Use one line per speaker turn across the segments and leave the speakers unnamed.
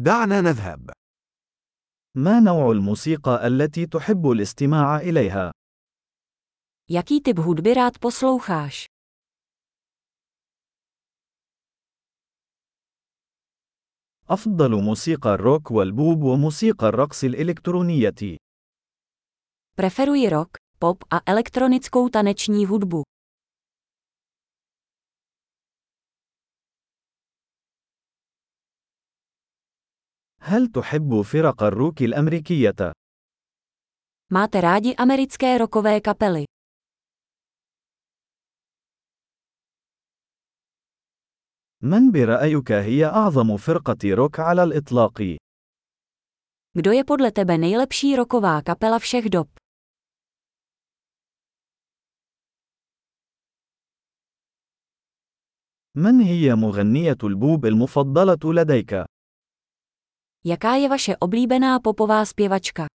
دعنا نذهب.
ما نوع الموسيقى التي تحب الاستماع إليها؟
Jaký typ hudby rád posloucháš?
أفضل موسيقى الروك والبوب وموسيقى الرقص الإلكترونية.
Preferuji rock, pop a elektronickou taneční hudbu.
هل تحب فرق الروك الأمريكية؟
Máte rádi americké rockové kapely?
من برأيك هي أعظم فرقة روك على الإطلاق؟
Kdo je podle tebe nejlepší roková kapela všech dob?
من هي مغنية البوب المفضلة لديك؟
Jaká je vaše oblíbená popová zpěvačka?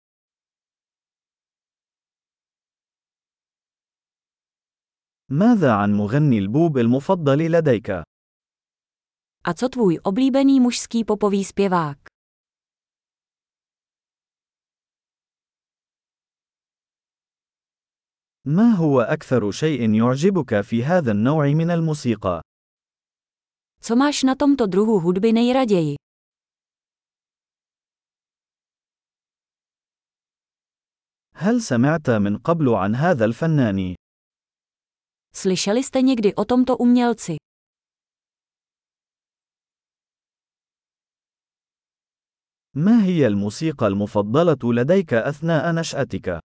ماذا عن مغني البوب المفضل لديك؟
A co tvůj oblíbený mužský popový zpěvák?
ما هو أكثر شيء يعجبك في هذا النوع من الموسيقى؟
Co máš na tomto druhu hudby nejraději?
هل سمعت من قبل عن هذا الفنان؟
Slyšeli jste někdy o tomto umělci?
ما هي الموسيقى المفضلة لديك أثناء نشأتك؟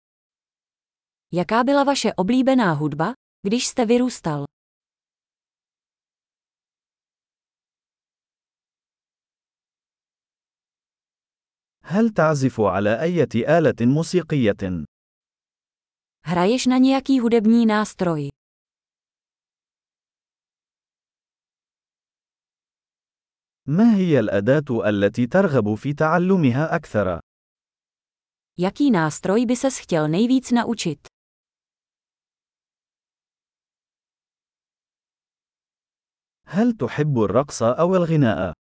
Jaká byla vaše oblíbená hudba, když jste vyrůstal?
هل تعزف على أية آلة موسيقية؟
Hraješ na nějaký hudební nástroj?
ما هي الأداة التي ترغب في تعلمها أكثر؟
Jaký nástroj by ses chtěl nejvíc naučit?
هل تحب الرقص أو الغناء؟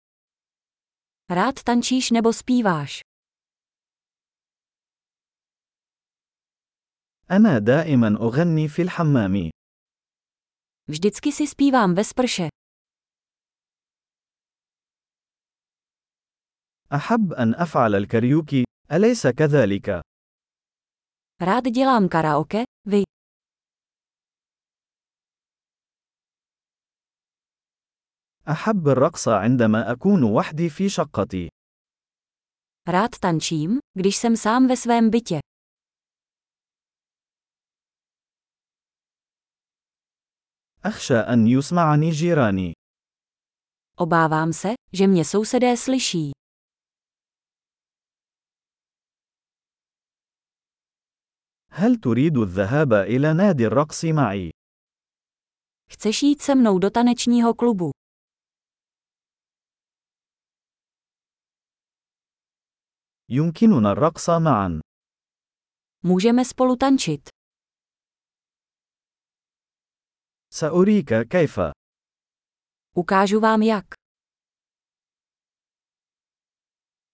Rád tančíš nebo zpíváš?
أنا دائما أغني في الحمام.
Vždycky si zpívám ve sprše.
أحب أن أفعل الكاريوكي، أليس كذلك؟
Rád dělám karaoke, vy.
أحب الرقص عندما أكون وحدي في شقتي.
Rád tančím, když jsem sám ve svém bytě.
أخشى أن يسمعني جيراني.
Obávám se, že mě sousedé slyší.
هل تريد الذهاب إلى نادي الرقص معي؟
Chceš jít se mnou do tanečního klubu?
يمكننا الرقص معا.
Můžeme spolu tančit.
سأريك كيف.
Ukážu vám jak.